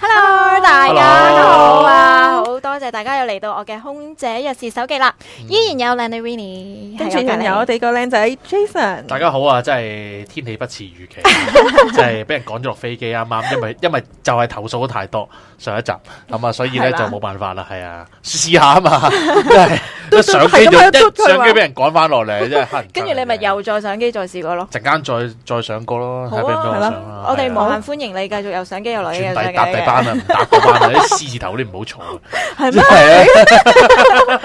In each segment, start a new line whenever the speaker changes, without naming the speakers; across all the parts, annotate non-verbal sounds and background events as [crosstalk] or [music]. Hello，大家
Hello
好啊！好多謝大家又嚟到我嘅空姐日事手記啦，依然有靚女 Winnie，
跟住仲有我哋個靚仔 Jason，
大家好啊！真係天氣不似預
[laughs]
期，啊真係俾人趕咗落飛機啊啱啱，因為因為就係投訴得太多上一集，咁啊，所以
係
咧就
啦
冇辦法啦，係啊，試下啊
[laughs]
嘛，真係
都
一上機
係
就
咁喺度
一
嘟佢
上機
話
俾人趕翻落嚟，
[laughs]
真係黑人憎
跟住你咪
嚟嘅
又再上機再試過咯。
陣間再再上過咯，
好啊
睇俾唔俾我
係啦
上啦，
我哋
係
無
啊
限歡迎你繼續又上機又嚟
全
嘅，
第
上
搭
機
第
嘅
班啊，唔搭嗰
[laughs]
班啊，啲獅字頭你唔好坐啊，
係咩？
係啊，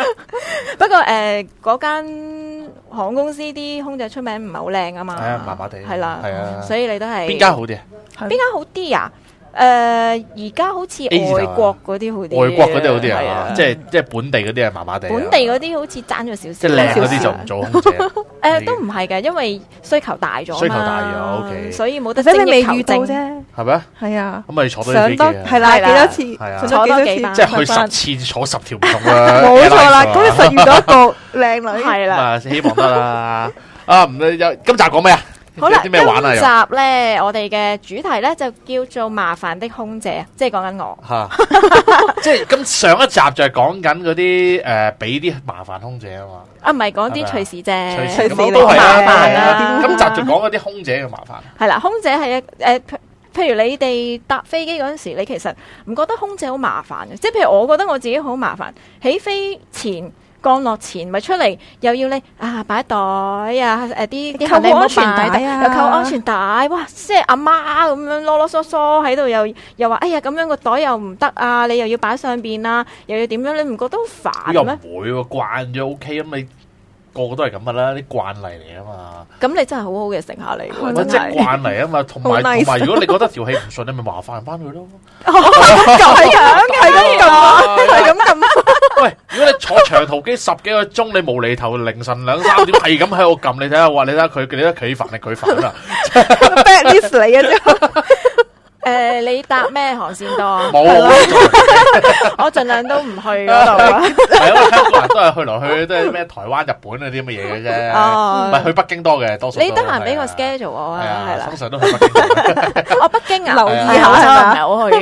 不過誒，嗰間航空公司啲空姐出名唔係好靚啊嘛，
係啊麻麻地
係啦，
係啊
所以你都係
邊間好啲啊？
邊間好啲啊？誒，而家好似
A 字頭啊
外國嗰啲好啲，
外國嗰啲好啲
係
啊，即係即係本地嗰啲係麻麻地啊，
本地嗰啲好似爭咗少
即
少，
係靚嗰
少
啲
少
就唔做空姐。啊
[laughs] 誒呃都唔係嘅，因為需求大咗嘛
需求大咗，OK
所以冇得
或者
精
你未
益求
遇到
精。
啫，
係咪啊？
係啊，
咁咪坐多啲
上
飛
多
機啊！
係
係啦
啦，幾
係啊
多次，上咗
坐
幾多
多
次，
即係去
[laughs]
翻
十次坐十條唔同啊
[laughs]
嘅，
冇錯啦，咁你實遇到一個靚女，
係
咁
啦，
啊，希望得啦。啊，唔理有今集講咩啊？
好啦，
有
今
啲咩玩啊？又
集咧，我哋嘅主題咧就叫做麻煩的空姐，即係講緊我。
吓， [laughs] 即係咁上一集就係講緊嗰啲誒，俾啲麻煩空姐啊嘛，
啊，唔係講啲
係咪啊
趣事
隨
啫
時，
隨時啊
咁都係
麻煩啊
啦
啦。
今集就講嗰啲空姐嘅麻煩，
係啦，空姐係一誒，譬譬如你哋搭飛機嗰陣時，你其實唔覺得空姐好麻煩嘅，即係譬如我覺得我自己好麻煩，起飛前。降落前咪出嚟，又要你啊擺袋啊，誒啲啲
扣
行李唔好
安全帶
擺
啊
又扣安全帶，哇！即係阿媽咁樣囉囉嗦嗦喺度，又又話哎呀咁樣個袋又唔得啊，你又要擺上邊啊，又要點樣？你唔覺得好
又
煩
唔
咩？
會喎，慣咗 OK 咁你。個個都係咁噶啦，啲慣例嚟啊
咁你真係好好嘅乘客嚟
嘛，
喎，
或
真
者
係 [laughs]
慣例啊嘛，同埋
好 nice
同埋，如果你覺得條氣唔順，你咪麻煩翻佢咯。
係咁係咁撳啊，係咁撳啊，
喂，如果你坐長途機十幾個鐘，你無厘頭凌晨兩三點係咁喺度撳，你睇下，哇！你睇下佢，你睇下佢煩定佢煩啊？
bad list 嚟
啊
嘅 [laughs] 啫，
誒，呃你搭咩航線多啊？
冇，
[laughs] 我盡量都唔去嗰度
[laughs]
啊。
係啊，香港人都係去來去去都係咩台灣、日本嗰啲咁嘅嘢嘅啫，唔係
哦，
去北京多嘅，多數都
你得閒俾個
係啊
schedule 我
係
啊，係
啊，
啦
通。常都去北京多。
我北京啊，
留
意
係啊
下
我真係唔係好去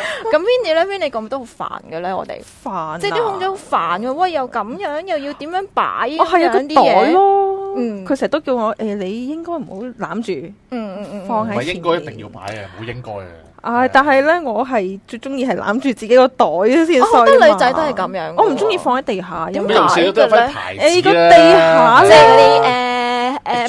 嘅。
[laughs]
咁 Vinny 咧，Vinny 咁都好煩嘅咧，我哋
煩，啊
即係啲空姐好煩嘅，喂又咁樣，又要點樣擺
我哦係有
咁樣
啊個
啲
袋
嘢，
咯，
嗯
佢成日都叫我誒，你應該唔好攬住
嗯嗯嗯嗯，
放
唔
喺
係
前
應該一
面
定要啊買嘅，冇應該嘅。
唉，但係咧，我係最中意係攬住自己個袋先衰
我
嘛。
哦好多女仔都係咁樣嘅喎
我唔中意放喺地下，因為
咁
點
用
解
少都有分牌子
誒個
啦
地下
即係嗰啲誒誒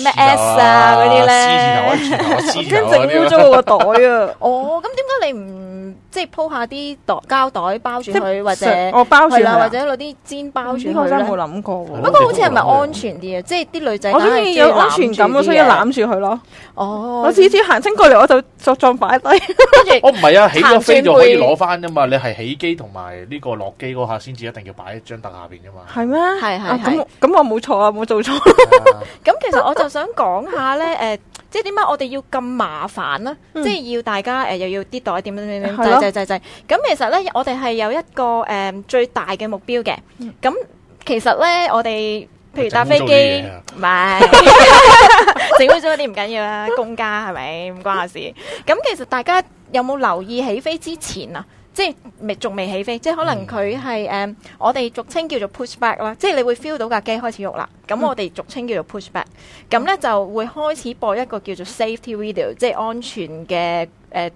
咩 S 啊嗰啲咧。
C 字頭啊、
我
C 字
驚
頭啊、
整
C
污
字
糟
頭
我個
[laughs]
袋啊！
哦，咁點解你唔即係鋪下啲袋膠袋包住佢，或者
上我包住
係啦，
佢啊
或者攞啲氈包住
呢個
佢
真係
咧
冇？諗過喎。
不
不過好似係咪安全啲啊？即係啲女仔
我中意有安全感，啊我所以要攬住佢咯。
啊哦，
我次次行親過嚟，我就作狀擺低。
跟住
我唔係啊，起咗飛
彈轉
就可以
背
攞翻啫嘛。你係起機同埋呢個落機嗰下先至一定要擺喺張凳下邊啫嘛。
係咩？
係係
啊
係
咁我咁我冇錯啊，冇做錯。
係
[laughs]
啊
咁其實我就想講下咧，誒、即係點解我哋要咁麻煩啦？
嗯
即係要大家誒、又要啲袋點點點點
係咯
掣掣掣掣。咁其實咧，我哋係有一個誒、最大嘅目標嘅。
嗯
咁、其實咧，我哋譬如搭飛機，唔係
啊 [laughs]
[laughs] 整污糟嗰啲唔緊要啦，公家係咪唔關我事？咁其實大家有冇留意起飛之前啊？即係未仲未起飛，即係可
嗯
能佢係誒，我哋俗稱叫做 push back 啦，即係你會 feel 到架機開始喐啦。咁
嗯
我哋俗稱叫做 push back，咁咧就會開始播一個叫做 safety video，即係安全嘅誒、呃、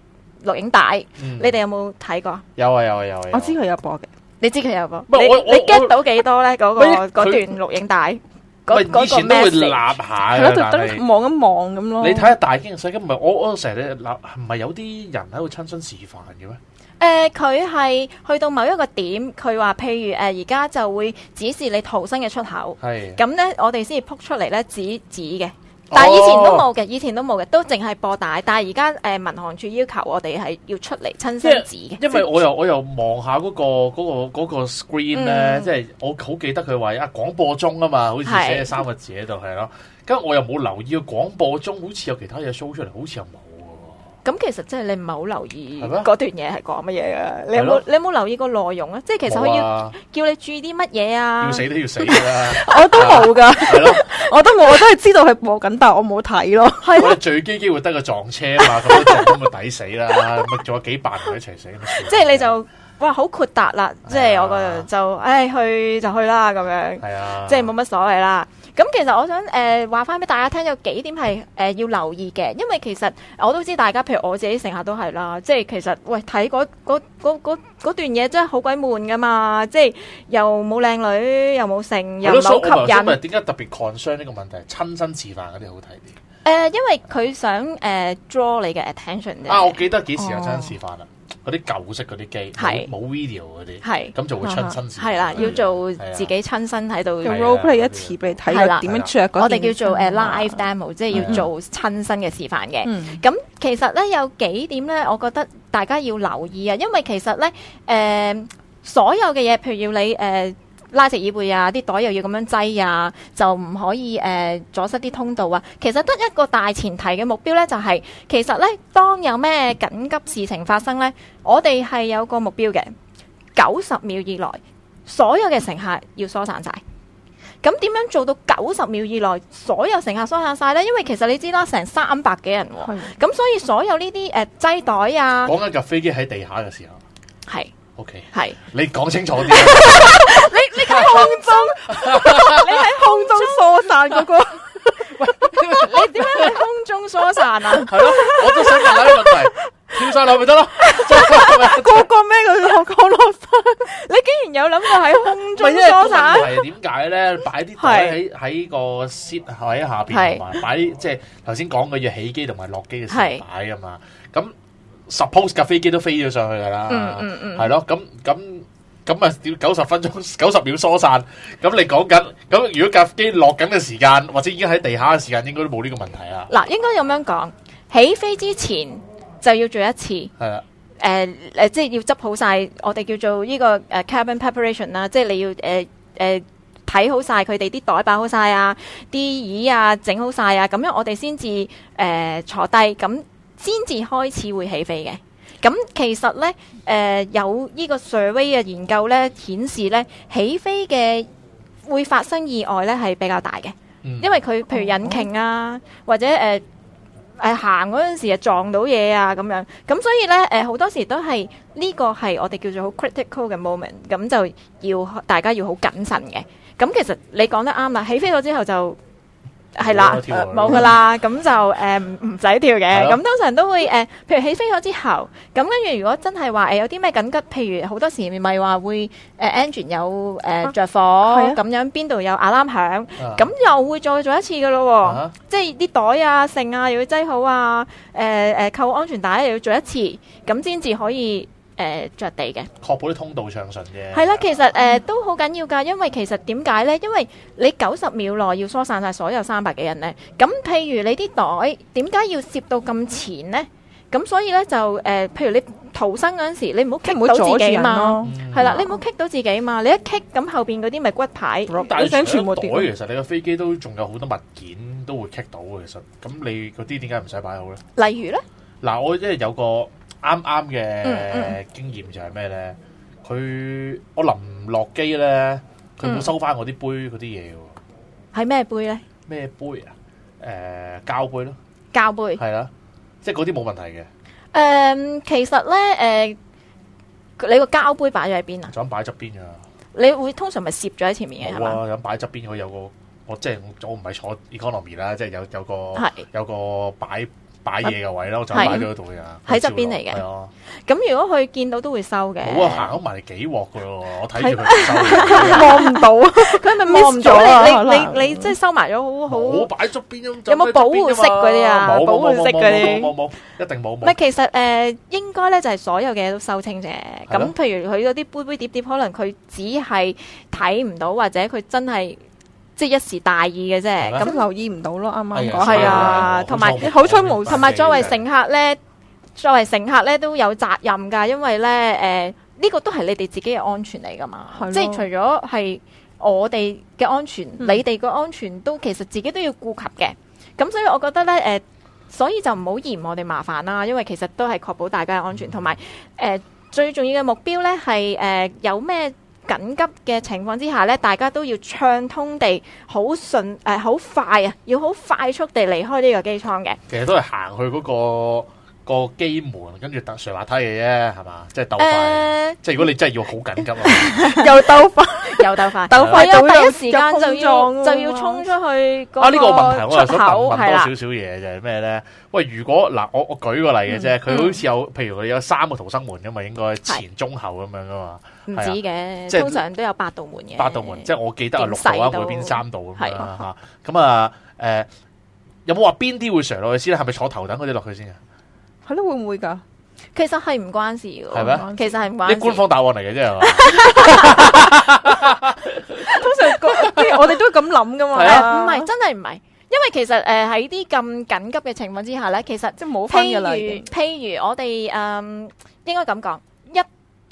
錄影帶。
嗯
你哋有冇睇過？
有啊有啊有啊，有啊
我知佢有播嘅，
你知佢有冇？
係
你
我我
你 get 到幾多咧？嗰、個
唔係
嗰
佢
段錄影帶，
喂
嗰嗰、
以前
個
都會
message
立下嘅
係咯，，
但
特
係
登望一望咁咯。
你睇下大驚細驚，唔係我我成日立，唔係有啲人喺度親身示範嘅咩？
誒佢係去到某一個點，佢話譬如誒而家就會指示你逃生嘅出口，
係
咁咧我哋先至撲出嚟咧指指嘅。但係以前都
哦
冇嘅，以前都冇嘅，都淨係播帶。但係而家誒民航處要求我哋係要出嚟親身指嘅，
因為我又我又望下嗰個嗰個嗰個 screen 咧，
嗯
即係我好記得佢話啊廣播中啊嘛，好似
係
寫三個字喺度係咯。跟住我又冇留意個廣播中，好似有其他嘢 show 出嚟，好似又冇啊
咁其實即係你唔係好留意
係咩
嗰段嘢係講乜嘢嘅，你有
係咯
冇你有冇留意個內容啊？即係其
喎。
實佢
冇
要
啊，
叫你注意啲乜嘢啊
要？死都要死㗎啦， [laughs]
我都冇噶，
啊係咯。
[laughs] 我都冇，我都係知道佢播緊，但係我冇睇咯。
係
我
咯
哋，最機機會得個撞車啊嘛，咁樣撞咁啊抵死啦，咁啊仲有幾百人一齊死。
即係你就哇好豁達啦，即
啊
係我個就唉去就去啦咁樣。
係啊，
即係冇乜所謂啦。咁其實我想誒話翻俾大家聽，有幾點係誒、呃要留意嘅，因為其實我都知大家，譬如我自己成日都係啦，即係其實喂睇嗰嗰嗰嗰嗰段嘢真係好鬼悶噶嘛，即係又冇靚女，又冇性，又
係咯
唔
所以
係
我
好
咪
吸
想問
引。
點解特別 concern 呢個問題？親身示範嗰啲好
誒、
睇啲。
呃因為佢想誒、呃 draw 你嘅 attention 啫。
啊，我記得幾時有
哦
親身示範啦？嗰啲舊式嗰啲機，冇
係
冇 video 嗰啲。
係
咁就會親身示範
係啦，要做
係啊
自己親身喺度
用
係啊
role play 一次俾你睇
係啦
佢點樣着嗰件嗯
我哋叫做誒呃
衫
live demo，即係
係啊
要做親身嘅示範嘅。
嗯
咁其實咧有幾點咧，我覺得大家要留意啊，因為其實咧誒、所有嘅嘢，譬如要你誒。拉直耳背啊，啲袋又要咁樣擠啊，就唔可以誒、阻塞啲通道啊。其實得一個大前提嘅目標呢，就係、其實呢，當有咩緊急事情發生呢，我哋係有個目標嘅，九十秒以內，所有嘅乘客要疏散晒。咁點樣做到九十秒以內所有乘客疏散晒呢？因為其實你知啦，成三百幾人喎、
係
咁所以所有呢啲誒擠袋
哦
啊，
講緊架飛機喺地下嘅時候
係
，OK，
係
你講清楚
[laughs]
啲啊。
你喺空中，你喺空中疏散嗰個，
你點樣喺空中疏散啊？
係咯，我都想問下呢個問題，跳晒落咪得咯？
個個咩佢降落傘
你竟然有諗過喺空中
唔係因為
疏散？
問題點解咧？擺啲袋喺喺個 seat 喺下邊，
係
同埋擺啲即係頭先講嘅嘢起機同埋落機嘅時
係
候擺啊嘛。咁 suppose 架飛機都飛咗上去㗎啦，
嗯嗯嗯
係咯。咁咁咁啊，要九十分鐘 [laughs] 九十秒疏散。咁你講緊咁，如果架機落緊嘅時間，或者已經喺地下嘅時間，應該都冇呢個問題啊。
嗱，應該咁樣講，起飛之前就要做一次。
係啦，
誒、誒、呃即係要執好晒，我哋叫做呢、個誒、cabin 呃 preparation 啦，即係你要誒誒睇好晒佢哋啲袋擺好晒啊，啲椅啊整好晒啊，咁樣我哋先至誒坐低，咁先至開始會起飛嘅。咁其實咧，誒、有呢個 survey 嘅研究咧顯示咧，起飛嘅會發生意外咧係比較大嘅。
嗯
因為佢譬如
哦
引擎啊，或者誒誒行嗰陣時啊撞到嘢啊咁樣，咁所以咧誒好多時都係呢個係我哋叫做好 critical 嘅 moment，咁就要大家要好謹慎嘅。咁其實你講得啱啦，起飛咗之後就係啦呃
冇得，跳啦啊
冇噶啦，咁就誒唔唔使跳
係
嘅。
咯
咁通常都會誒、呃譬如起飛咗之後，咁跟住如果真係話誒呃有啲咩緊急，譬如好多時咪話會誒、呃 engine 有誒、呃
啊
着火
係啊
咁樣，邊度有 alarm 響。
啊
咁又會再做一次嘅咯喎，
啊
即係啲袋啊、剩啊又要擠好啊，誒、誒扣安全帶又要做一次，咁先至可以誒、着地嘅。
確保啲通道暢順啫。
係啦、其實誒、都好緊要㗎，因為其實點解呢？因為你九十秒內要疏散晒所有三百幾人呢。咁譬如你啲袋點解要攝到咁前呢？咁所以呢，就誒、譬如你逃生嗰陣時，你唔好棘
即係唔
到
好阻
自
住
己
人
嘛，
咯。
嗯
係啦，你唔好棘到自己嘛，你一棘咁後邊嗰啲咪骨牌。
但
你
係
想
除
全
咗
部
袋，
跌，
啊
其實你個飛機都仲有好多物件都會棘到嘅。其實咁你嗰啲點解唔使擺好咧？
例如呢，
嗱，我即係有個啱啱
嗯
嘅
嗯
經驗就係咩咧？佢我臨落機咧，佢冇
嗯
收翻我啲杯嗰啲嘢喎。
係咩杯呢？
咩杯啊？誒、膠杯咯，
膠杯。
係啦，即係嗰啲冇問題嘅，
诶、其實咧，诶、你個膠杯擺咗喺邊啊？
就咁擺側邊㗎。
你會通常咪攝咗喺前面嘅係
冇
嘛？
啊，咁擺側邊佢有個，我即係我唔係坐 economy 啦，即係有有個
係
有個擺擺嘢嘅位啦，我就咁擺咗喺度㗎。
係喺側邊嚟嘅
係啊。
咁如果佢見到都會收嘅。
冇啊，行咗埋嚟幾鑊噶咯，我睇住佢唔收，
望唔到，
[laughs]
佢咪
miss
望唔到
咗
你，
啊
你你你即係收埋咗，好好。
冇
唔
擺側邊咁。
有冇保護色嗰啲啊
冇
保
冇
護
冇
色
冇
嗰啲
冇冇冇，一定冇
係，
冇。
其實诶、誒應該咧就係所有嘅嘢都收清啫。
係咯
咁譬如佢嗰啲杯杯碟碟，可能佢只係睇唔到，或者佢真係即係一時大意嘅啫。
係啦
咁
咁留意唔到咯，啱啱
係啊
講
係
係啊
啊，同埋
冇錯
好彩冇，
明白
同埋作為乘客咧，作為乘客咧都有責任㗎，因為咧誒呢個都係你哋自己嘅安全嚟㗎嘛
係，咯
即係除咗係我哋嘅安全，
嗯
你哋個安全都其實自己都要顧及嘅。咁所以我覺得咧誒、所以就唔好嫌我哋麻煩啦，因為其實都係確保大家嘅安
嗯
全，同埋誒最重要嘅目標咧係誒有咩？緊急嘅情況之下咧，大家都要暢通地、好順誒、好快啊，要好快速地離開呢個機艙嘅。
其實都係行去嗰個個機門，跟住搭上滑梯嘅啫，係嘛？即係鬥
誒、
快。即係如果你真係要好緊急啊，
又鬥快，
又鬥快，
鬥快
係啊
到呢
第
個
一時間就要
入碰撞啊嘛
就要衝出去嗰
啊呢個問題我又
出
想
口
問問
係
多
啦
少，少嘢就係咩咧？喂，如果嗱，我我舉個例嘅
嗯
啫，佢好似有，譬如佢有三個逃生門噶嘛，應該前中後咁樣噶嘛，
唔
係啊
止嘅，
即係
通常都有八道門嘅。
八道門，即係我記得係六
點
道啊
細，
每
都
邊三道咁樣啦嚇。咁啊誒，有冇話邊啲會上落去先咧？係咪坐頭等嗰啲落去先啊？
係咯，會唔會㗎？
其實係唔關事嘅喎，
係咩
其實係唔關事。
啲官方答案嚟嘅啫係嘛？
通常個即係我哋都咁諗㗎嘛，
係
誒唔係真係唔係，因為其實誒喺啲咁緊急嘅情況之下咧，其實
即係冇分
譬
㗎啦，已
如
經
譬如我哋誒、嗯、應該咁講，一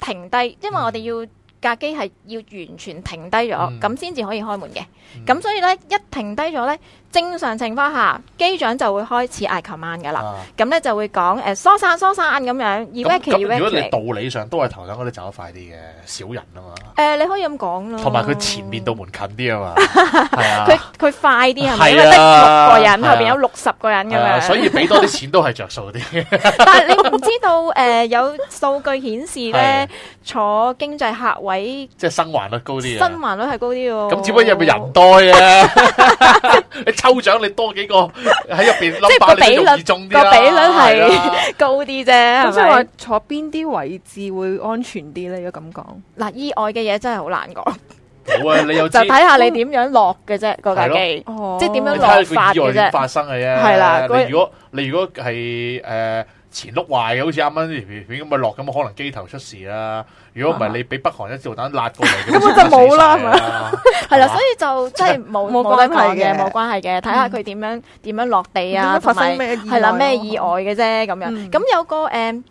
停低，因為我哋要架機係要完全停低咗，
嗯
咁先至 [laughs] 可以開門嘅。咁所以咧，一停低咗咧，正常情況下，機長就會開始嗌 command 噶啦。
啊
咁咧就會講誒疏散疏散咁樣
咁
，evacuate
咁如果你
evacuate。
道理上都係頭等嗰啲走得快啲嘅，少人啊嘛。
誒，你可以咁講咯。
同埋佢前面道門近啲啊嘛，
[laughs]
係啊，
佢佢快啲係咪？因
係
為得
啊
六個人，
係啊
後邊有六十個人咁
係啊
樣。
所以 [laughs] 俾多啲錢都係着數啲。
[laughs] 但係你唔知道誒，有數據顯示
係啊
咧，坐經濟客位
即係生還率高啲
生
啊。
還率哦係高啲喎。
咁只不過入面人多啫， [laughs] 你抽獎你多幾個喺入邊
[laughs] 即
冧
係
巴，
個
你
比
就
率
容易中啲啦
個比率係
係啊啦
[laughs] 高啲啫，
咁
係
即係話
咪？
坐邊啲位置會安全啲咧？如果咁講，
嗱，意外嘅嘢真係好難講，
好啊，你又知
就睇下你點樣落嘅啫，嗰架
係咯
機。
哦
即係點
你
樣
睇
落
下佢意外點
落
發生嘅啫。
係啦嗰
你如果你如果係誒前碌壞嘅，好似啱啱呢條片咁咪落，咁可能機頭出事啦。如
啊
果唔係你俾北韓一導彈辣過嚟，
[laughs]
根本就冇啦
咁就死晒啦
係啦，
係嘛啊
所以就真
[laughs]
係冇
啊冇
冇得
關係
講嘅，
嘅
冇關係嘅，睇下佢點樣點樣落地啊，
點樣發
同
生
埋
咩意外
係啦咩意外嘅啫咁
嗯
樣。咁有個誒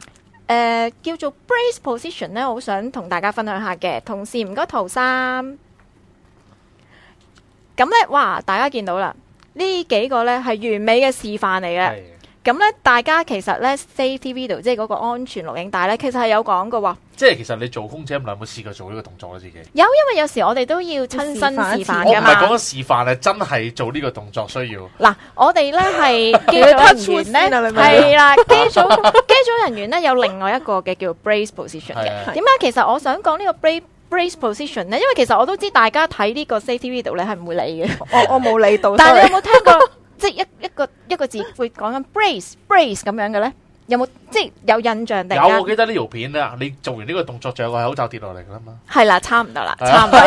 誒叫做 brace position 咧，我好想同大家分享下嘅。同事唔該圖三，咁咧哇，大家見到啦，呢幾個咧係完美嘅示範嚟嘅。
係啊
咁咧，大家其實咧 safety video 即係嗰個安全錄影帶咧，其實係有講嘅喎。
即係其實你做空姐，有冇試過做呢個動作咧？自己？
有因為有時我哋都要親身示範
我唔
㗎
係
嘛
講。緊示範，係真係做呢個動作需要。
嗱，我哋咧係
[laughs]
機
要
組
touch
人員咧
先啊你明唔明
係啦，機 [laughs] 組機組人員咧有另外一個嘅叫 brace position 嘅。
啊
係
點解其實我想講呢個 brace brace position 咧？因為其實我都知大家睇呢個 safety video 咧係唔會理
[laughs]
嘅，
我我冇理到，
但係
sorry
你有冇聽過 [laughs] 即係一一個一個字會講緊 brace brace 咁樣嘅咧？有冇即係有印象定？
有，我記得呢條片啊，你做完呢個動作，仲有個口罩跌落嚟噶啦嘛。
係啦，差唔多啦，
係啊
差唔多，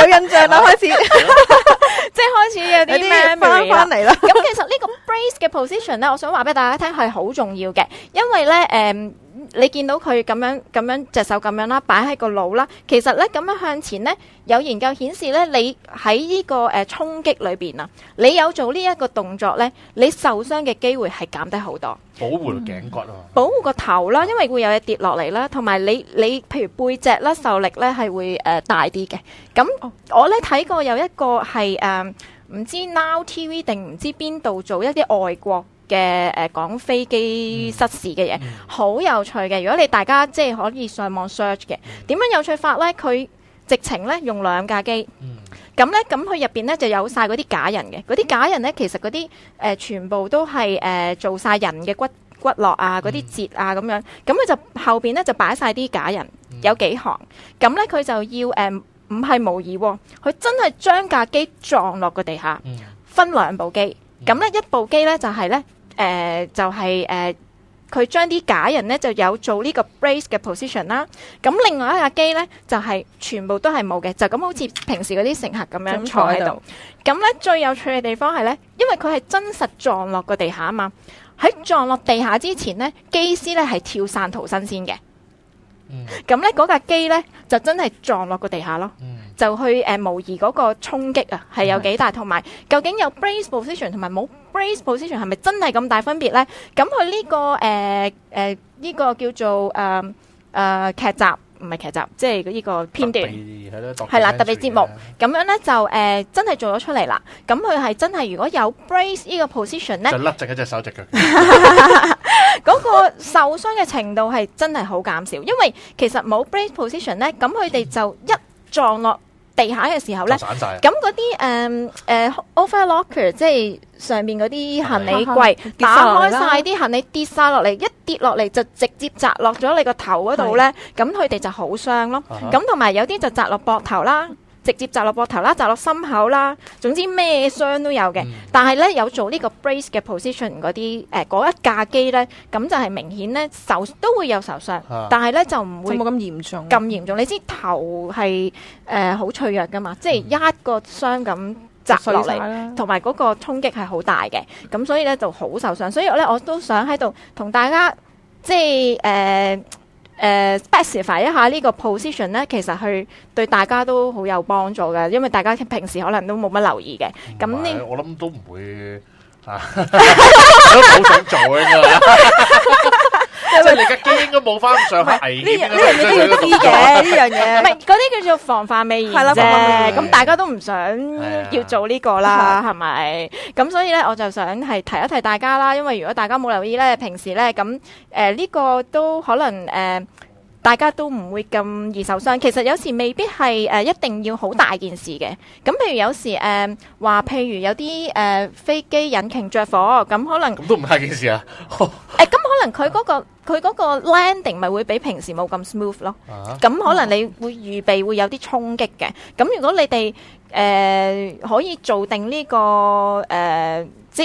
有印象啦，開始有
即係開始有啲啊咩
啲翻翻嚟啦。
咁其實呢個 brace 嘅 position 咧，我想話俾大家聽係好重要嘅，因為咧誒、你見到佢咁樣咁樣隻手咁樣啦，擺喺個腦啦，其實咧咁樣向前咧，有研究顯示咧，你喺呢、個誒、衝擊裏邊啊，你有做呢一個動作咧，你受傷嘅機會係減低好多。
保護條頸骨啊！
保護個頭啦，因為會有嘢跌落嚟啦，同埋你你譬如背脊啦受力咧係會誒、呃大啲嘅。咁我咧睇過有一個係誒唔知 Now TV 定唔知邊度做一啲外國嘅誒講飛機失事嘅
嗯
嘢，好、有趣嘅。如果你大家即係可以上網 search 嘅，點樣有趣法咧？佢直情咧用兩架機。
嗯，
咁咧，咁佢入邊咧就有晒嗰啲假人嘅，嗰啲假人咧其實嗰啲誒全部都係誒、呃做晒人嘅骨骨骼啊，嗰啲節啊咁樣，咁佢就後邊咧就擺晒啲假人，
嗯
有幾行，咁咧佢就要誒唔係模擬喎，佢真係將架機撞落個地下，
嗯
分兩部機，
嗯
咁咧一部機咧就係咧誒就係、誒。佢將啲假人咧就有做呢個 brace 嘅 position 啦，咁另外一架機咧就係、全部都係冇嘅，就咁好似平時嗰啲乘客咁樣坐喺度。咁咧最有趣嘅地方係咧，因為佢係真實撞落個地下啊嘛。喺撞落地下之前咧，機師咧係跳傘逃生先嘅。
嗯
咁咧嗰架機咧就真係撞落個地下咯。
嗯，
就去誒、呃模擬嗰個衝擊啊，係有幾大，同埋究竟有 brace position 同埋冇 brace position 係咪真係咁大分別咧？咁佢呢個誒誒呢個叫做誒誒劇集，唔係劇集，即係呢個片段。
系咯，
係啦特別節目咁樣咧就誒、呃真係做咗出嚟啦。咁佢係真係如果有 brace 呢個 position 咧
就，甩剩一隻手隻腳，
嗰個受傷嘅程度係真係好減少，因為其實冇 brace position 咧，咁佢哋就一撞落地下嘅時候咧
就。散晒。啊
咁嗰啲誒誒 overlocker，即係上面嗰啲行李櫃，
跌
打
曬落
開
嚟啦
晒啲行李跌晒落嚟，一跌落嚟就直接砸落咗你個頭嗰度咧，咁佢哋就好傷咯。
啊哈
咁同埋有啲就砸落膊頭啦，直接砸落膊頭啦，砸落心口啦，總之咩傷都有嘅。
嗯
但係咧有做呢個 brace 嘅 position 嗰啲誒嗰一架機咧，咁就係明顯咧受都會有受傷，
啊
但係咧就唔
就
會
冇咁嚴重。
咁嚴重。你知頭係誒好脆弱噶嘛，即係一個傷咁砸
嗯碎
落
晒
嚟。
啦，
同埋嗰個衝擊係好大嘅，咁所以咧就好受傷。所以咧我都想喺度同大家即係誒誒 specify 一下呢個 position 咧，其實去對大家都好有幫助嘅，因為大家平時可能都冇乜留意嘅。咁
唔係
呢
我諗都唔會
[laughs]
啊，都好想做嘅應該。即係你嘅機應該冇翻咁上下危
呢樣
險嘅
呢樣嘢都要知嘅，呢樣
[laughs] 唔係
嘢。
嗰啲叫做防範未然
係啦
啫，
防範
未然
咁大家都唔想
啊
要做呢個啦，係咪？咁所以咧，我就想係提一提大家啦，因為如果大家冇留意咧，平時咧咁誒呢個都可能誒。呃大家都唔會咁易受傷，其實有時未必係誒、呃一定要好大件事嘅。咁譬如有時誒話，譬如有啲誒、呃、飛機引擎着火，咁可能
咁都唔係件事
[laughs]
啊。
誒咁可能佢嗰、個佢嗰個 landing 咪會比平時冇咁 smooth 咯。
啊
咁可能你會預備會有啲衝擊嘅。咁如果你哋誒、呃可以做定呢、個誒、呃即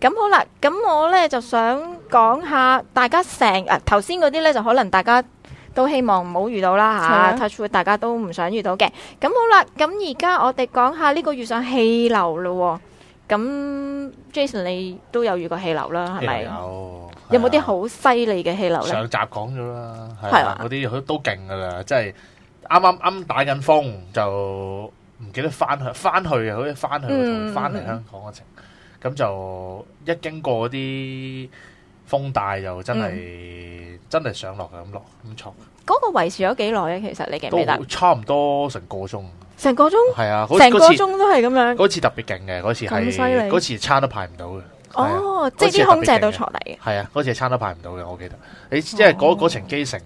咁好啦，咁我呢就想講下大家成啊頭先嗰啲呢，就可能大家都希望唔好遇到啦嚇、
係啊
touch wood 大家都唔想遇到嘅。咁好啦，咁而家我哋講下呢個遇上氣流咯喎。咁 Jason 你都有遇過氣流啦，啊係咪？
有
有冇啲
係啊
好犀利嘅氣流呢？
上集講咗啦，係
係
啊
嘛，
嗰啲佢都勁噶啦，即係啱啱啱打緊風就唔記得翻去翻去啊，好似翻去
嗯
同翻嚟香港嗰程，咁就一經過嗰啲風帶就
嗯
真係真係上落嘅咁落咁挫，
嗰個維持咗幾耐啊？其實你記唔記
都
得
好？差唔多成個鐘，
成個鐘，
係啊，嗰
成個
嗰次
鐘都係咁樣。
嗰次特別勁嘅，嗰次
咁犀利
係嗰次餐都排唔到嘅，係啊
哦，即係啲空姐都坐嚟嘅。
系啊，嗰次係餐都排唔到嘅，我記得。你即係嗰嗰程機成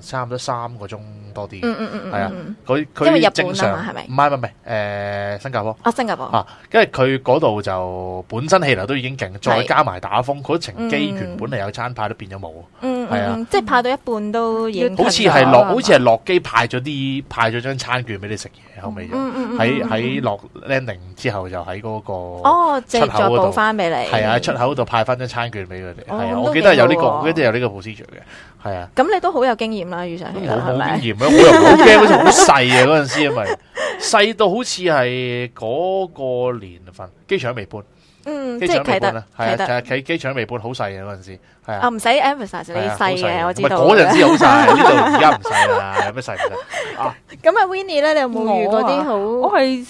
差唔多三個鐘多啲嘅。
哦嗯嗯嗯嗯
係啊
嗯。
佢
因為日
佢
本
正常
啊嘛係咪
唔係唔係唔係，诶，新加坡
啊，新加坡。
啊，因為佢嗰度就本身氣流都已經勁，再加埋打風，嗰程機
嗯
原本係有餐派都變咗冇，
嗯，
係啊
嗯嗯即係派到一半都已經
好似
停
係
咗
落
啦
好似係落機派咗啲派咗張餐券俾你食嘢，後尾就
嗯嗯嗯
喺
嗯
喺落 landing 之後就喺嗰個
哦，即係
出口
再
嗰度
補翻俾你。
係啊出。口度派翻張餐券俾佢哋，
哦
係啊，
咁
我
都
記得係有呢
幾
個，
好喎
我記得有呢個 procedure 嘅，係啊。
咁你都好有經驗啦，遇上
都
氣
冇
流係
冇
咪？
經驗咩？我又唔係好驚，好似好細啊！嗰陣時咪
[laughs]
細到好似係嗰個年份，機場未搬，
嗯，
機
即係
場未
啟
搬啊
德，，
係
啟
啊，
德。
係企機場未搬，好細啊嗰陣時，係
啊，
啊，
唔使 emphasize
係
你
啊好
細嘅，我知道。
唔係嗰陣時好細，啊呢度而家唔細啦，有咩細唔
[laughs]
細？
咁啊，Winnie 咧，你有冇遇過啲好？
我係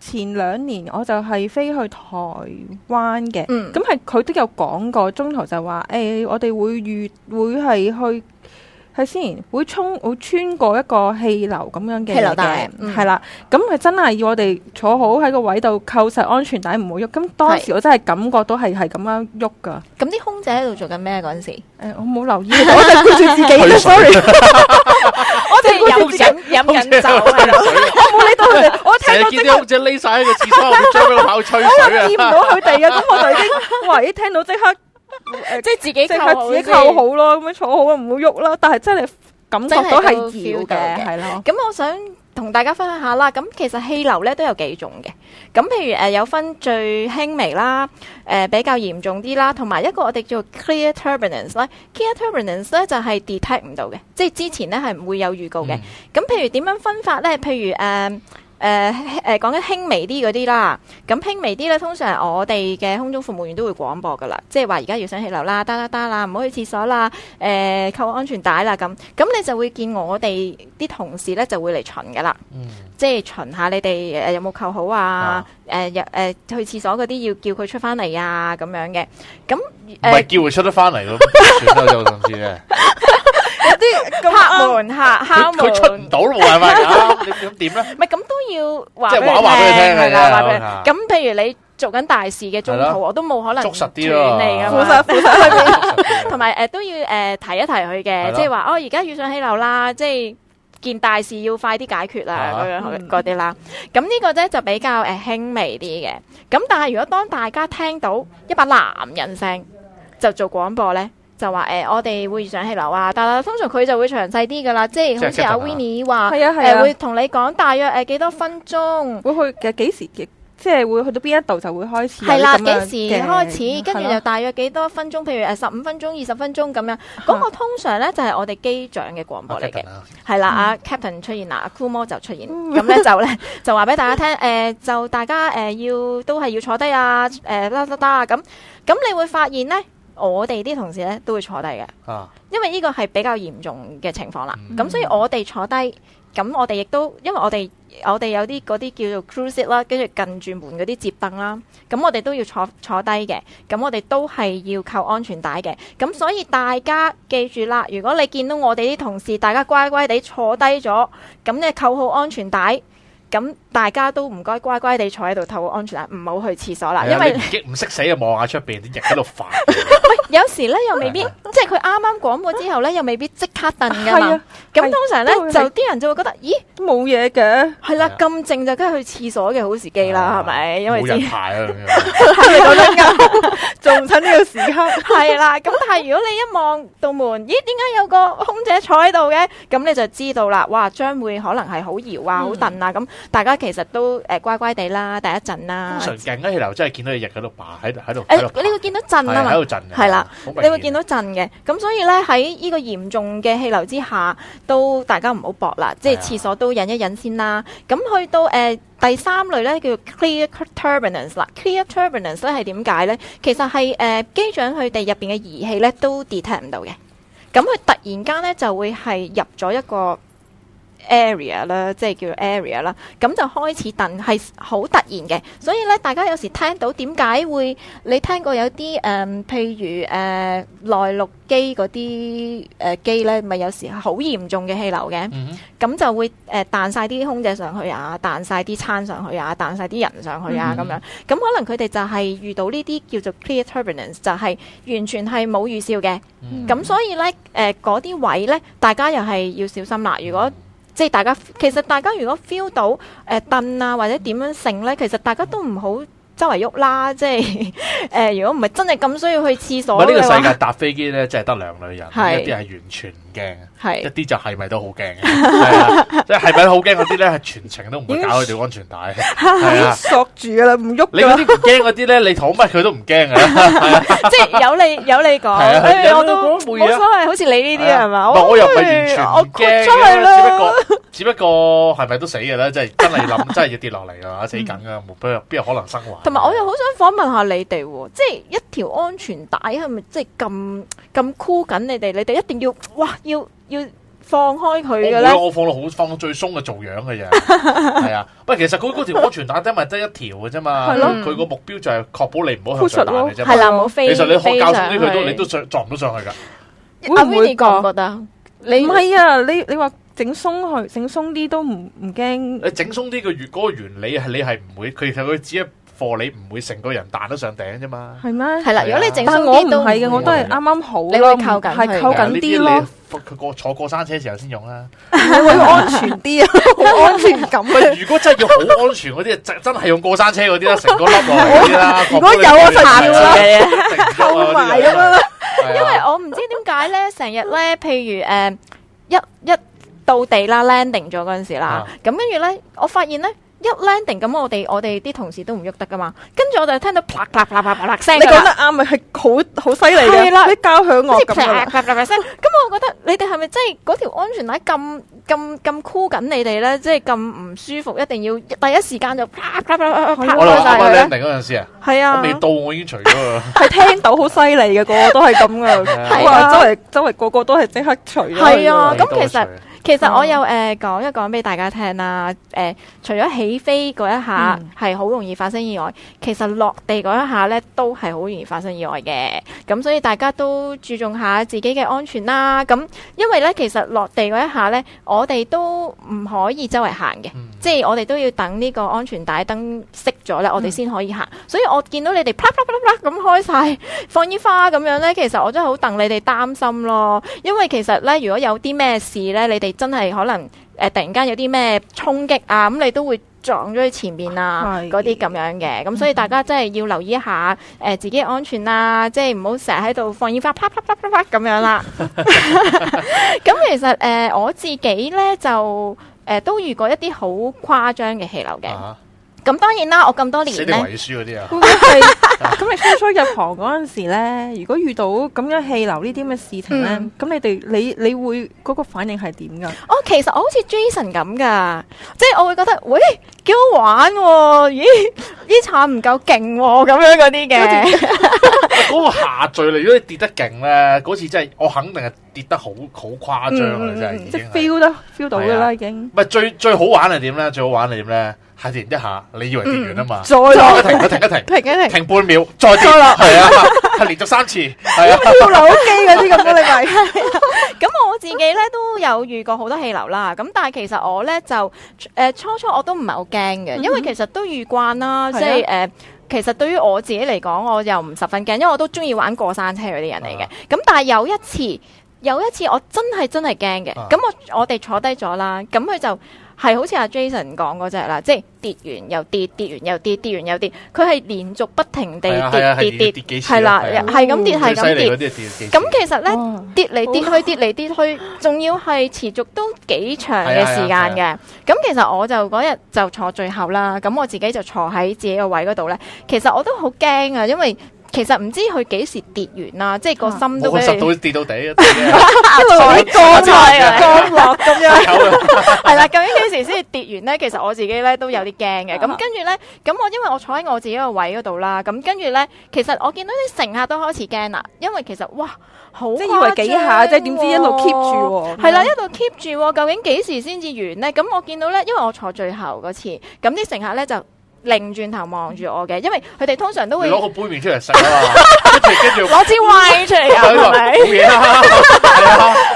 前兩年我就係飛去台灣嘅，
嗯
咁係佢都有講過，中途就話誒、我哋會遇會係去。係先會衝會穿過一個氣流咁樣嘅
氣流
嘢
帶
嘅，
嗯
係啦、咁佢真係要我哋坐好喺個位度扣實安全帶，唔好喐。咁當時我真係感覺到係係咁樣喐㗎。
[laughs]
誒、
咁啲空姐喺度做緊咩嗰陣時？
我冇留意，我就顧住自己啫
[laughs]
退
sorry，
水，
我哋飲
空姐
緊飲緊酒喺度。
水，
[laughs] 我冇理到佢哋，我聽
成
到
日
即
見
刻
啲空姐匿晒喺個廁所，我將佢跑吹
[laughs]
水
見唔
啊！
到佢哋啊，咁我就已經哇！一聽到即刻
[laughs] 即係自己
即
扣
刻
好
自己
先
扣好咯，咁樣坐好啊，唔好喐啦。但係真係感覺到係
真係都 feel
搖
到嘅
嘅，係咯。
咁我想同大家分享下啦。咁其實氣流咧都有幾種嘅。咁譬如誒、呃有分最輕微啦，誒、呃比較嚴重啲啦，同埋一個我哋叫做 clear turbulence 咧。clear turbulence 咧就係、detect 唔到嘅，即係之前咧係唔會有預告
嗯
嘅。咁譬如點樣分法咧？譬如誒誒誒講緊輕微啲嗰啲啦，咁輕微啲咧，通常我哋嘅空中服務員都會廣播噶啦，即係話而家要上氣流啦，嗒啦嗒啦，唔好去廁所啦，誒、呃扣安全帶啦咁，咁你就會見我哋啲同事咧就會嚟巡噶啦，
嗯
即係巡下你哋誒呃有冇扣好啊
啊，
誒入誒去廁所嗰啲要叫佢出翻嚟啊咁樣嘅，咁誒、
嗯唔系叫佢出得翻
[laughs]
嚟咯，算啦，就甚至咧，
拍門嚇敲門
佢佢。出唔到都冇
[laughs]
办法噶，你啊咁点咧？
唔係咁都要話
即係
俾
話話俾佢聽嘅
係啦，
啫
話俾佢
啊
聽咁譬如你做緊大事嘅中
係啦
途，我都冇可能
捉實啲咯
斷你㗎
扶
嘛
手扶手去邊？
[laughs]
同埋誒都要誒、呃提一提佢
係啦
嘅，即係話哦，而家遇上氣流啦，即係件大事要快啲解決啦，
啊
咁樣
嗯
嗰啲啦。咁呢個咧就比較誒、呃、輕微啲嘅。咁但係如果當大家聽到一把男人聲就做廣播咧。就話誒、呃我哋會遇上氣流啊，但係通常佢就會詳細啲噶啦，即係
即係
好似阿
Captain 啊
Winnie 話，
係啊係
誒
啊
會同你講大約誒幾多分鐘，
會去嘅幾時嘅，即係會去到邊一度就會開始有
係啦，
啲咁樣
幾時
嘅
開始，跟住
係
就
咯
大約幾多分鐘，譬如誒十五分鐘、二十分鐘咁
[laughs]
樣。嗰個通常咧就係我哋機長嘅廣
啊
播嚟嘅，係
嗯
啦，阿 Captain 出現啦，阿 Cool 魔就出現，咁咧就
[laughs]
咧就話俾大家聽，誒就大家誒要都係要坐低啊，誒啦啦啦啊咁，咁你會發現咧，我哋啲同事咧都會坐低嘅。
啊，
因為呢個係比較嚴重嘅情況啦。
嗯
咁、所以我哋坐低，咁我哋亦都因為我哋我哋有啲嗰啲叫做 cruise it 啦，跟住近住門嗰啲接凳啦，咁我哋都要坐坐低嘅，咁我哋都係要扣安全帶嘅。咁所以大家記住啦，如果你見到我哋啲同事大家乖乖地坐低咗，咁你扣好安全帶。咁大家都唔該乖乖地坐喺度扣好安全帶，唔好去廁所啦，
係
因
啊
為
你唔激唔識死啊，望下出边啲人喺度煩，
有時咧又未必，
係
即係佢啱啱廣播之後咧，又未必即
[laughs]
刻燉噶
係
嘛
啊。
咁
係
通常咧
都會係
就啲人就會覺得，咦，
都冇嘢嘅，
係啦
係啊，
咁靜就梗係去廁所嘅好時機啦，係啊咪？因為
冇
知
人
[laughs]
排啊咁樣，
[laughs] 係咁樣㗎，做唔親呢個時刻。
係啦。咁但係如果你一望到門，咦，點解有個空姐坐喺度嘅？咁你就知道啦，哇，將會可能係好搖啊、好燉啊。咁大家其實都誒乖乖地啦，第一陣啦
通。常勁嗰氣流真係見到你日喺度爬，喺度喺度
誒
喺度，爬，
你會見到震啊
係
嘛
喺。度震嘅，
係啦
好明顯，
你會見到震嘅，咁所以咧喺呢個嚴重嘅氣流之下，都大家唔好搏啦，即係
係啊
廁所都忍一忍先啦。咁去到誒、呃第三類咧叫做 clear turbulence 啦，clear turbulence 咧係點解咧？其實係誒、呃、機長佢哋入邊嘅儀器咧都 detect 唔到嘅，咁佢突然間咧就會係入咗一個 area 啦，即係叫 area 啦，咁就開始燉，係好突然嘅。所以咧，大家有時聽到點解會你聽過有啲誒、嗯譬如誒、呃、內陸機嗰啲誒機咧，咪有時好嚴重嘅氣流嘅，
嗯
咁就會誒、呃、彈晒啲空姐上去啊，彈晒啲餐上去啊，彈晒啲人上去啊咁、樣。咁可能佢哋就係遇到呢啲叫做 clear turbulence，就係完全係冇預兆嘅。
嗯
咁、所以咧誒嗰啲位咧，大家又係要小心啦。如果即係大家其實大家如果 feel 到誒、呃、凳啊或者點樣剩咧，其實大家都唔好周圍喐啦，即係 [laughs] 誒、呃如果唔係真係咁需要去廁
唔
所
係呢
嘅
個世
話，
界搭飛機咧，真係得兩類人，
係
一啲係完全唔驚。一
係
啲就係咪都好
[laughs]
驚嘅，係啊，即係係咪都好驚嗰啲咧，係全程都唔會搞佢條安全
[laughs]
帶，係啊。
索住噶啦，唔喐
你
噶
嗰
啦。
啲唔驚嗰啲咧，你講乜佢都唔驚嘅。
即係有你有你講，
[laughs] 係啊
哎
有
我
你
都
講
冇所
冇嘢啊
謂，好似你呢
係
啲
啊
係嘛？
唔係我又唔係完全
我
唔
豁
驚
出去啦，
嘅，只不過只不過係咪都死嘅咧？即係真係諗，真係要跌落嚟啦，死
[laughs]
緊㗎，冇邊有邊有可能生還？啊
同埋我又好想訪問下你哋喎，即係一條安全帶係咪即係咁咁箍緊你哋？你哋一定要哇要要放開佢
我
嘅
冇啊
咧？
我放到好放到最鬆嘅做樣
[laughs]
嘅啫，係啊。喂，其實佢嗰條安全帶得咪得一條嘅啫嘛，
係咯
佢個目標就係確保你唔好向上彈嘅啫嘛。
係啦，啊冇飛
其實你學
飛
教
上
呢佢都
去
你都上撞唔到上去㗎。
阿
會
Vinny
唔會
覺唔
講？
覺得？你
唔係啊，你你話整鬆佢，整鬆啲都唔唔驚。
你整鬆啲個原嗰個原理係你係唔會，佢其實佢只係貨你唔會成個人彈得上頂啫嘛。
係咩？
係啦，如果你整
但
鬆
我唔
啲都
係嘅，我都係
係
啱啱好咯。
你會扣緊佢
係扣緊啲
係啊
咯
呢，你佢過坐過山車時候先用啦。
係會安全啲啊， [laughs] 好安全感啊。
喂，如果真係要好安全嗰啲，真真係用過山車嗰啲啦，成個粒落嚟嗰啲啦。
[laughs] 如果有我就要啦
啦，
扣埋咁樣啦。
因
因為我唔知點解咧，成日咧，譬如誒、一一到地啦，landing 咗嗰陣時啦
啊，
咁跟住咧，我發現咧。一 landing 咁，我哋我哋啲同事都唔喐得噶嘛，跟住我就聽到啪啪啪啪啪啪聲
你
㗎啦
講得啱啊，係好好犀利
係啦
嘅，啲交響
好
樂
似啪
咁噶
啪
啦。
啪啪聲。咁我覺得你哋係咪真係嗰條安全帶咁咁咁箍緊你哋咧？即係咁唔舒服，一定要第一時間就啪啪啪啪啪
[laughs] 係啊
我哋
開
話
晒
啱啱
佢
landing
咧。
嗰陣時啊，
係
我
啊，
未到我已經除咗啦。
係聽到好犀利嘅，個個都係咁
[laughs] 係
噶。
啊
哇！周圍周圍個個都係即刻除咗佢㗎。
係啊咁
未到
其實
除
其實
嗯
我有誒講一講俾大家聽啦。誒，除咗起飛嗰一下
嗯
係好容易發生意外，其實落地嗰一下咧都係好容易發生意外嘅。咁所以大家都注重下自己嘅安全啦。咁因為咧，其實落地嗰一下咧，我哋都唔可以周圍行嘅。
嗯
即係我哋都要等呢個安全帶燈熄咗咧，我哋先可以行。所以我見到你哋啪啪啪啪咁開晒 [laughs] 放煙花咁樣咧，其實我真係好戥你哋擔心咯。因為其實咧，如果有啲咩事咧，你哋真係可能誒、呃突然間有啲咩衝擊啊，咁你都會撞咗去前面啊
係
嗰啲咁樣嘅。咁所以大家真係要留意一下誒、呃自己嘅安全啦，即係唔好成日喺度放煙花啪啪啪啪啪咁樣啦。咁其實誒、呃我自己咧就誒、呃都遇過一啲好誇張嘅氣流嘅。
啊
咁、當然啦，我咁多
寫
年
啲
咧，
遺書嗰啲啊
會，唔會係 [laughs] 咁你初初入行嗰陣時咧，如果遇到咁樣氣流呢啲咁嘅事情咧
嗯，
咁你哋你你會嗰個反應係點噶？
我哦其實我好似 Jason 咁噶，即係我會覺得，喂，幾好玩喎、咦，呢產唔夠勁喎，咁樣嗰啲嘅，
嗰個下墜嚟，如果你跌得勁咧，嗰次真係我肯定係跌得好好誇張啊！
嗯嗯
真係
嗯
已
即
經
係
係。
feel 得 feel 到噶
係啊
啦，已經
唔係最最好玩係點咧？最好玩係點咧？係跌一下，你以為跌完啊嘛，
嗯再落
停一停一停
停一停，
停半秒，再跌，
再落
係啊，係連續三次，係啊，
跳樓機嗰啲咁咯，
[laughs]
你咪
咁我自己咧都有遇過好多氣流啦，咁但係其實我咧就誒、呃初初我都唔係好驚
嗯
嘅，因為其實都遇慣啦，
係啊
即係誒。呃其實對於我自己嚟講，我又唔十分驚，因為我都中意玩過山車嗰啲人嚟嘅
啊。
咁、但係有一次，有一次我真係真係驚嘅。
啊
咁、我我哋坐低咗啦，咁佢就係好似阿 Jason 講嗰只啦，即係跌完又跌，跌完又跌，跌完又跌，佢係連續不停地
係啊係啊
跌
係
跌
連續
跌
跌幾次啊
係啦，
係啊
係咁跌係
最犀
咁
利嗰
跌
哦啲。係跌幾次
咁其實咧。
哇
跌嚟跌去，跌嚟跌去，仲要係持續都幾長嘅時間
係啊
嘅。咁其實我就嗰日就坐最後啦，咁我自己就坐喺自己個位嗰度咧。其實我都好驚啊，因為其實唔知佢幾時跌完啦，即係個心都
冇
俾 [laughs]
十
你
到跌到地啊，跌
[laughs]
啊
一路啲
壓
降
菜啊
落降落咁樣。
有啊
[laughs] 係啦，究竟幾時先至跌完呢？其實我自己咧都有啲驚嘅。咁
啊
跟住呢，咁我因為我坐喺我自己個位嗰度啦，咁跟住呢，其實我見到啲乘客都開始驚啦，因為其實哇，好
即係以為幾下啫點知一路 keep 住喎
係啦，一路 keep 住喎，究竟幾時先至完呢？咁我見到呢，因為我坐最後嗰次，咁啲乘客呢就擰轉頭望住我嘅，因為佢哋通常都
你
會
攞個杯麵出嚟食啊嘛，跟住跟
[laughs]
住
攞支 Y 出嚟
佢
飲，係
話冇
咪？
嘢啦，係啊，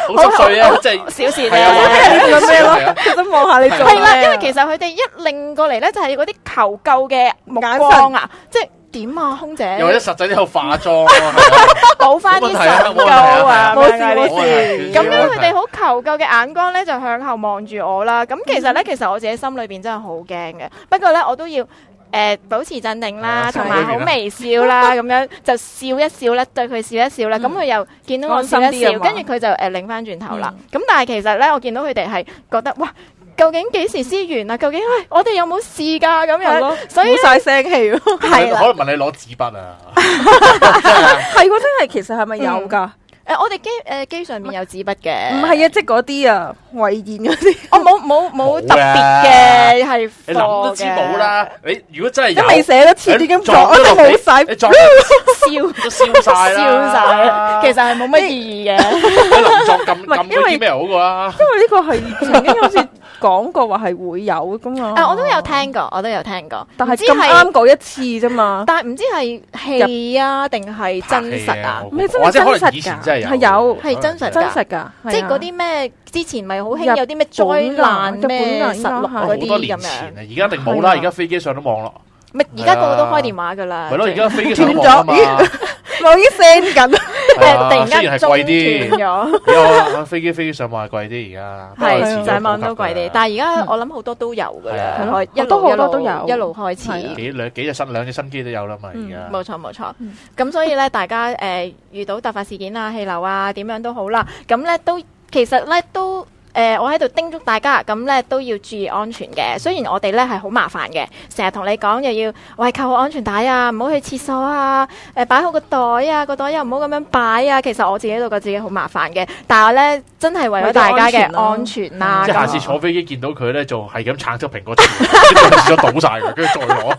好濕碎啊，即係
小事
係啊
啫。
咁咩咯？佢都望下你做咩
係啦，因為其實佢哋一擰過嚟咧，就係嗰啲求救嘅目光啊，即係點啊，空姐
又或者實際啲度化妝啊係啊。
補翻啲唇膏啊，
冇問
咁樣
題啊冇問題啊冇事冇事
咁樣佢哋好求救嘅眼光咧，就向後望住我啦。咁其
Ừ。
實咧，其實我自己心裏邊真係好驚嘅。不過咧，我都要誒、呃保持鎮定啦，
係啊
同埋好微笑
[laughs]
啦，咁樣就笑一笑啦，對佢笑一笑啦。咁佢又見到我笑
安
一
心啲啊
笑，
嘛
跟住佢就誒擰翻轉頭啦。咁但係其實咧，我見到佢哋係覺得哇，究竟幾時先完啊？究竟喂，我哋有冇事㗎？咁
係
樣
咯，
所以
冇晒聲氣喎。
係啦。
可能問你攞紙筆啊，
係喎，真係其實係咪有㗎？
誒，我哋機誒機上面有紙筆嘅，
唔係啊，即係嗰啲啊，遺言嗰啲，
我冇冇冇
冇
特別嘅係
你諗都知冇啦。你如果真係
都
有，
未寫得切已經
撞
撞，
咗
都
落地
冇晒
你撞
課嘅，
都燒
笑 [laughs]
晒
笑
啦，
晒，其實係冇乜意義嘅。
你林作撳
唔係
撳
因
佢
為
email 好過啊。
因為呢個係曾經好似講過話係會有噶嘛。
啊，我都有，聽過，我都有聽過，
但
唔
係
知
咁啱，嗰一次啫嘛。
但係唔知係戲啊定係真實啊？
唔係真係
或者可
真
能
實
以前
㗎
真係
係有
可能
係真實
真
㗎
實㗎，
即係嗰啲咩之前咪好興有啲咩災難
啊日本啊
咩
日
實
本啊
錄
應
嗰
該係
好多
啲咁
年前啊，
樣，
而家一定冇啦。
係啊
而家飛機上都望咯，
咪而家個個都開電話㗎啦。
咪咯，而家飛機
斷
上都望啊嘛。
咗，我已經 send 緊，
即係
係
[laughs]
啊
突然
雖然
間
係
中
貴啲
斷。咗。
有啊，飛機飛機上網係貴啲而家，
係
係上網都貴啲，但係而家我諗好多都有㗎啦，
係
咯
一
好
路
多
一
好多
路
都有
一路開
係
始
啊。
幾兩幾隻新兩隻新機都有啦嘛，而家
冇錯冇錯
嗯，
咁所以咧，大家誒、呃遇到突發事件啊、氣流啊，點樣都好啦，咁咧都其實咧都诶、我喺度叮嘱大家，咁咧都要注意安全嘅。雖然我哋咧係好麻煩嘅，成日同你講又要喂扣好安全帶啊，唔好去廁所啊，诶、擺好個袋啊，個袋又唔好咁樣擺啊。其實我自己都覺得自己好麻煩嘅，但係咧真係為咗大家
為咗安
嘅
全咯
安全啊，
即系下次
咁
坐飛機見到佢咧，就係咁撐咗蘋果條，跟住咗倒晒佢，跟住再攞。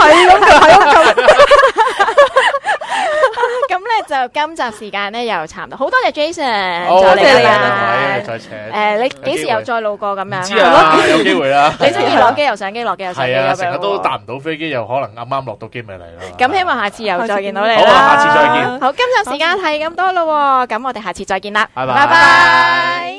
[laughs]
係咁撳，係咁撳。
咁咧就今集時間咧又差唔多，好多謝 Jason，
好，
再
多
多
嚟
謝
謝
你
你
啊，
啦
兩位，再請。
诶、你幾時又再路過咁樣
唔知啊，有機會啦。
[laughs] 你中意落機又上機，落機又上機
係
咁
啊，
樣
成日都
喎
搭唔到飛機，又可能啱啱落到機咪嚟啦。
咁希望下次又再見到你
好
啦。
啊下次再見
好，今集時間係咁多咯喎，咁我哋下次再見啦，
拜拜
拜拜